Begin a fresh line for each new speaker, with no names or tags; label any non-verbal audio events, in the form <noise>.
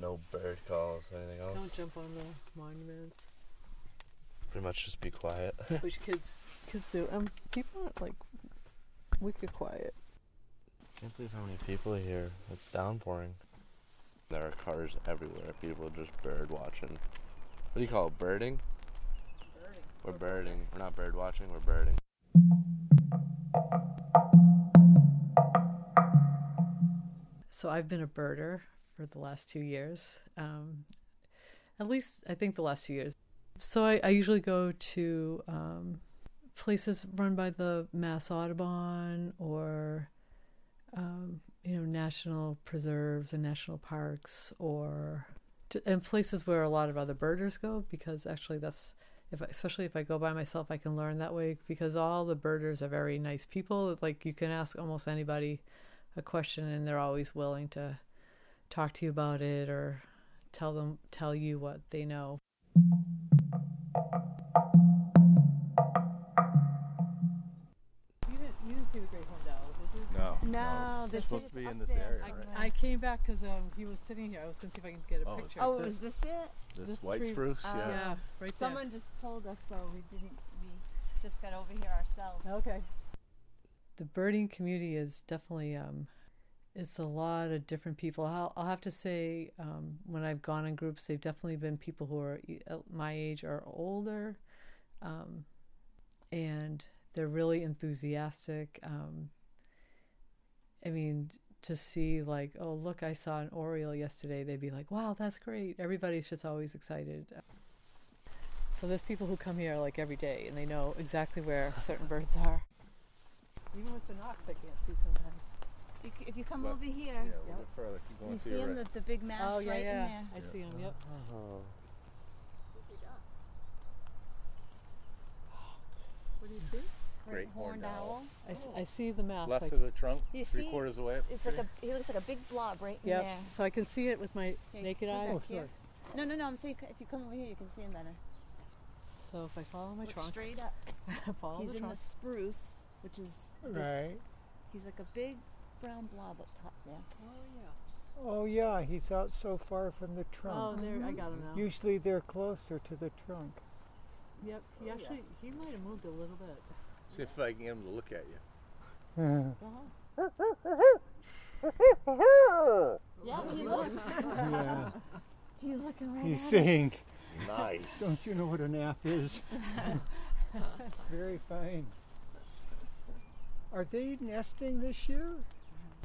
no bird calls, anything else.
Don't jump on the monuments,
Pretty much just be quiet. <laughs>
which kids kids do. Um, people aren't like wicked quiet.
Can't believe how many people are here. It's downpouring. There are cars everywhere. People are just bird watching. What do you call it? Birding?
Birding.
We're birding. We're not bird watching. We're birding.
So I've been a birder for the last two years, um, at least I think the last two years. So I, I usually go to um, places run by the Mass Audubon or um, you know national preserves and national parks or ju- and places where a lot of other birders go because actually that's if I, especially if I go by myself I can learn that way because all the birders are very nice people. It's like you can ask almost anybody a question and they're always willing to talk to you about it or tell them tell you what they know
You didn't, you didn't see the Great Horned Owl, did you?
No.
No,
it's
this
supposed
is
to be
up
in this
there
area,
somewhere.
right?
I came back because um, he was sitting here. I was gonna see if I can get a
Oh, it's
picture.
just-
Oh, is this it?
This,
This
white
tree-
spruce,
uh,
yeah.
yeah, right
Someone just told us, so we didn't. We just got over here ourselves.
there. Okay.
the birding community is definitely um it's a lot of different people i'll, I'll have to say um, when i've gone in groups they've definitely been people who are e- uh, my age or older um, and they're really enthusiastic um, i mean to see like oh look i saw an oriole yesterday they'd be like wow that's great everybody's just always excited so there's people who come here like every day and they know exactly where certain birds are
Even with the knocks, I can't see sometimes.
You c- If you come
But-
over here,
Yeah, a little
Yep.
bit further. Keep
you
going to
see
your
him,
right.
the, the big mass
Oh, yeah,
right
yeah.
in there.
I see them. Yep.
Oh.
What do you see?
Great horned owl.
I, s- I see the mask.
Left
like,
of the trunk,
You
three
see-
quarters away.
It's like a. He looks like a big blob right in
yep.
there.
So I can see it with my
Here,
naked
go
eye.
back
Oh,
here. No, no, no. I'm saying c- if you come over here, you can see him better.
Oh, So if <laughs> I follow my
Look
trunk,
straight up.
Oh,
follow
he's
the
in
trunk.
the spruce, which is this-
Right.
He's like a big brown blob up top there.
Oh yeah.
Oh, yeah, he's out so far from the
Oh,
trunk.
there I got him now.
Usually they're closer to the trunk.
yep. He
Oh,
yeah.
actually he might have moved a little bit.
See if I can get him to look at you.
Yeah, he looks.
<laughs> yeah.
He's looking right
He's
at us.
saying,
Nice.
Don't you know what a nap
<laughs>
is? Very fine. Are they nesting this year?